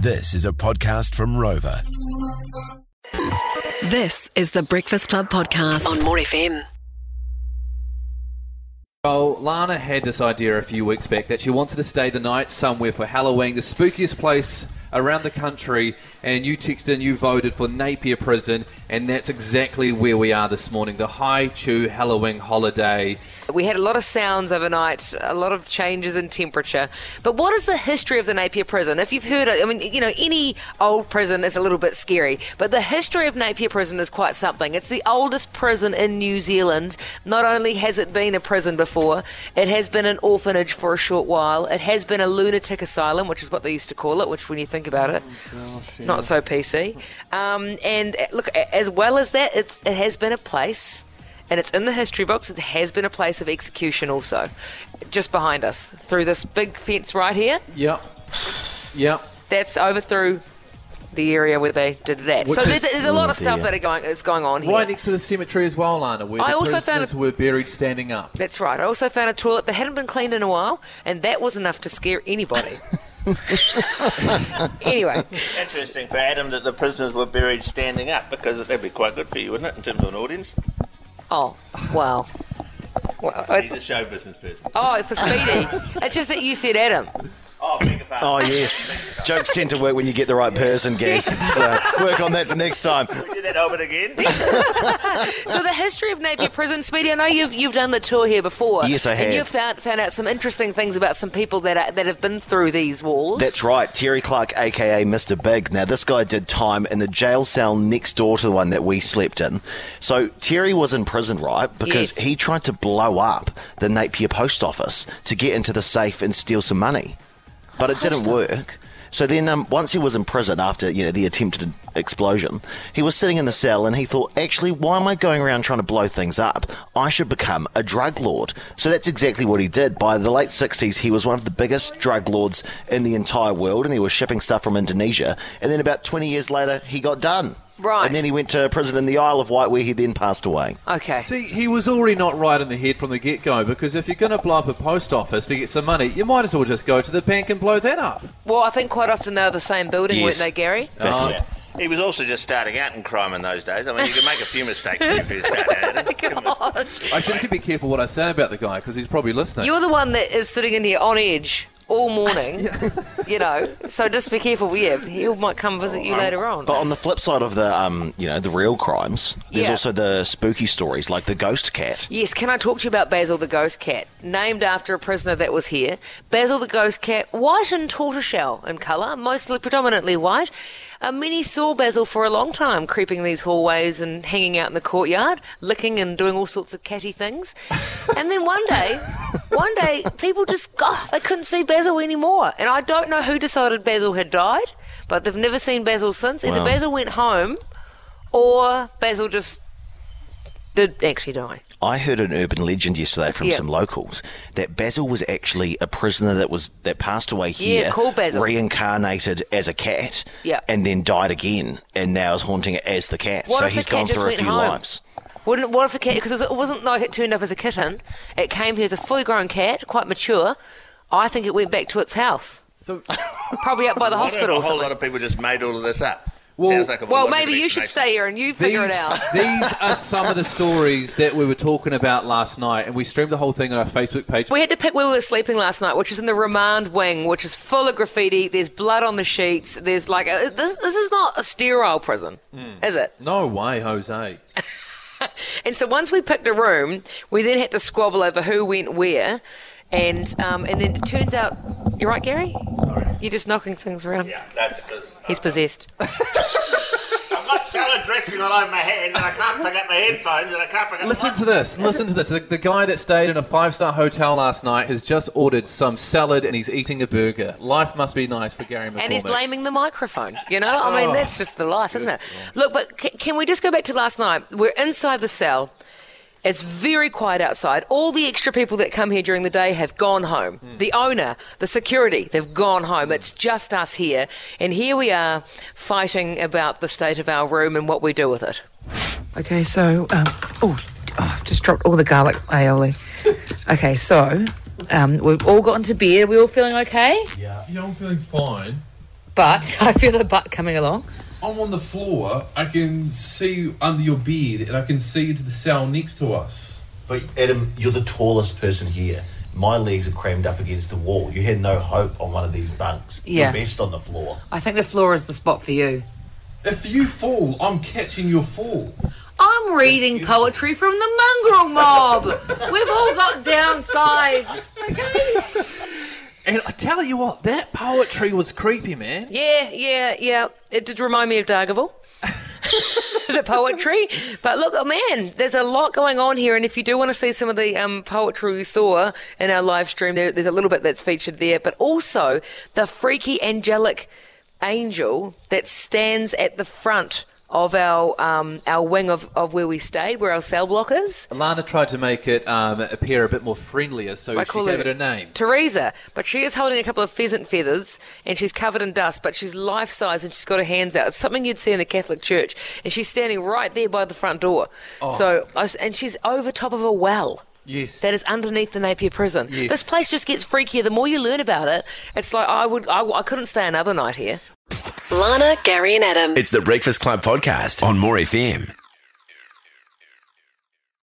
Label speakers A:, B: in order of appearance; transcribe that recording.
A: This is a podcast from Rover.
B: This is the Breakfast Club podcast on More FM.
C: Well, Lana had this idea a few weeks back that she wanted to stay the night somewhere for Halloween, the spookiest place around the country, and you texted in, you voted for Napier Prison, and that's exactly where we are this morning, the High Chew Halloween holiday.
D: We had a lot of sounds overnight, a lot of changes in temperature. But what is the history of the Napier prison? If you've heard it, I mean, you know, any old prison is a little bit scary, but the history of Napier prison is quite something. It's the oldest prison in New Zealand. Not only has it been a prison before, it has been an orphanage for a short while. It has been a lunatic asylum, which is what they used to call it, which when you think about it, not so PC. Um, and uh, look, a- as well as that, it's, it has been a place and it's in the history books. It has been a place of execution also, just behind us through this big fence right here.
C: Yep. Yep.
D: That's over through the area where they did that.
C: Which
D: so
C: is-
D: there's, there's a lot of stuff that are going is going on here.
C: Right next to the cemetery as well, Lana, where
D: I
C: the
D: also found
C: prisoners
D: a-
C: were buried standing up.
D: That's right. I also found a toilet that hadn't been cleaned in a while, and that was enough to scare anybody. anyway,
E: Interesting for Adam that the prisoners were buried standing up because that'd be quite good for you, wouldn't it, in terms of an audience?
D: oh wow. Well,
E: He's
D: it-
E: a show business person.
D: oh, for Speedy. it's just that you said Adam.
E: Oh, beg your pardon.
F: Oh yes, jokes tend to work when you get the right person, Gaz. So work on that for next time.
E: We did that Albert again.
D: So the history of Napier Prison, Speedy. I know you've you've done the tour here before.
F: Yes, I
D: And
F: have.
D: you've found found out some interesting things about some people that are, that have been through these walls.
F: That's right, Terry Clark, aka Mr. Big. Now, this guy did time in the jail cell next door to the one that we slept in. So, Terry was in prison, right? Because
D: Yes.
F: he tried to blow up the Napier post office to get into the safe and steal some money. But it didn't work. So then, um, once he was in prison after you know the attempted explosion, he was sitting in the cell and he thought, actually, why am I going around trying to blow things up? I should become a drug lord. So that's exactly what he did. By the late sixties, he was one of the biggest drug lords in the entire world, and he was shipping stuff from Indonesia. And then about twenty years later, he got done.
D: Right.
F: And then he went to prison in the Isle of Wight, where he then passed away.
D: Okay.
C: See, he was already not right in the head from the get go because if you're going to blow up a post office to get some money, you might as well just go to the bank and blow that up.
D: Well, I think quite often they're the same building,
F: Yes.
D: weren't they, Gary?
E: Yeah. He was also just starting out in crime in those days. I mean, you could make a few mistakes when you first started out.
C: I should actually be careful what I say about the guy because he's probably listening.
D: You're the one that is sitting in here on edge all morning. you know. So just be careful. We have he might come visit you later on.
F: Um, But on the flip side of the, um, you know, the real crimes, there's
D: Yeah.
F: also the spooky stories like the ghost cat.
D: Yes, can I talk to you about Basil the Ghost Cat, named after a prisoner that was here? Basil the Ghost Cat, white and tortoiseshell in colour, mostly predominantly white. Uh, many saw Basil for a long time, creeping these hallways and hanging out in the courtyard, licking and doing all sorts of catty things. And then one day, one day, people just, oh, they couldn't see Basil anymore. And I don't know who decided Basil had died, but they've never seen Basil since. Either Basil went home or Basil just did actually die.
F: I heard an urban legend yesterday from
D: Yeah.
F: some locals that Basil was actually a prisoner that was that passed away
D: Yeah,
F: here,
D: called Basil.
F: reincarnated as a cat,
D: Yeah.
F: and then died again, and now is haunting it as the cat.
D: What
F: so
D: if the
F: he's
D: cat
F: gone
D: just
F: through a
D: went
F: few
D: home?
F: lives.
D: Wouldn't what if the cat? Because it wasn't like it turned up as a kitten. It came here as a fully grown cat, quite mature. I think it went back to its house,
C: so,
D: probably up by the
E: I don't know,
D: hospital.
E: a
D: Or
E: whole lot
D: something.
E: of people just made all of this up.
C: Well-
E: Sounds like a
D: Well,
E: lot of
D: maybe you should
E: information.
D: stay here and you
C: these,
D: figure it out.
C: these are some of the stories that we were talking about last night, and we streamed the whole thing on our Facebook page.
D: We had to pick where we were sleeping last night, which is in the remand wing, which is full of graffiti. There's blood on the sheets. There's like a, this. This is not a sterile prison,
E: Hmm.
D: is it?
C: no way, Jose.
D: And so once we picked a room, we then had to squabble over who went where, and um, and then it turns out you're right, Gary. You're just knocking things around.
E: Yeah, that's because
D: He's possessed.
E: I've got salad dressing all over my hands and I can't pick up my headphones and I can't pick up
C: Listen
E: my...
C: to this. Listen to this. The, the guy that stayed in a five star hotel last night has just ordered some salad and he's eating a burger. Life must be nice for Gary McCormick.
D: And he's blaming the microphone. You know, I mean, that's just the life, isn't it? Look, but c- can we just go back to last night? We're inside the cell. It's very quiet outside. All the extra people that come here during the day have gone home. The owner, the security, they've gone home. It's just us here. And here we are fighting about the state of our room and what we do with it.
G: Okay, so um, oh, oh, I've just dropped all the garlic aioli. Okay, so um, we've all gotten to bed. We all feeling okay?
C: Yeah, I'm feeling fine.
D: But I feel the butt coming along.
H: I'm on the floor. I can see you under your beard, and I can see into the cell next to us.
F: But Adam, you're the tallest person here. My legs are crammed up against the wall. You had no hope on one of these bunks.
D: Yeah.
F: You're best on the floor.
G: I think the floor is the spot for you.
H: If you fall, I'm catching your fall.
D: I'm reading poetry from the mongrel mob. We've all got downsides.
C: And I tell you what, that poetry was creepy, man.
D: Yeah, yeah, yeah. It did remind me of Dargaville. the poetry. But look, oh man, there's a lot going on here. And if you do want to see some of the um, poetry we saw in our live stream, there, there's a little bit that's featured there. But also the freaky angelic angel that stands at the front of our um, our wing of, of where we stayed, where our cell block is.
C: Lana tried to make it um, appear a bit more friendlier, so
D: I
C: she
D: call
C: gave
D: her
C: it a name.
D: Teresa, but she is holding a couple of pheasant feathers and she's covered in dust, but she's life size and she's got her hands out. It's something you'd see in the Catholic Church. And she's standing right there by the front door.
C: Oh.
D: So, I s- and she's over top of a well.
C: Yes.
D: That is underneath the Napier prison.
C: Yes.
D: This place just gets freakier. The more you learn about it, it's like I would, I, I couldn't stay another night here.
B: Lana, Gary, and Adam.
A: It's the Breakfast Club podcast on More FM.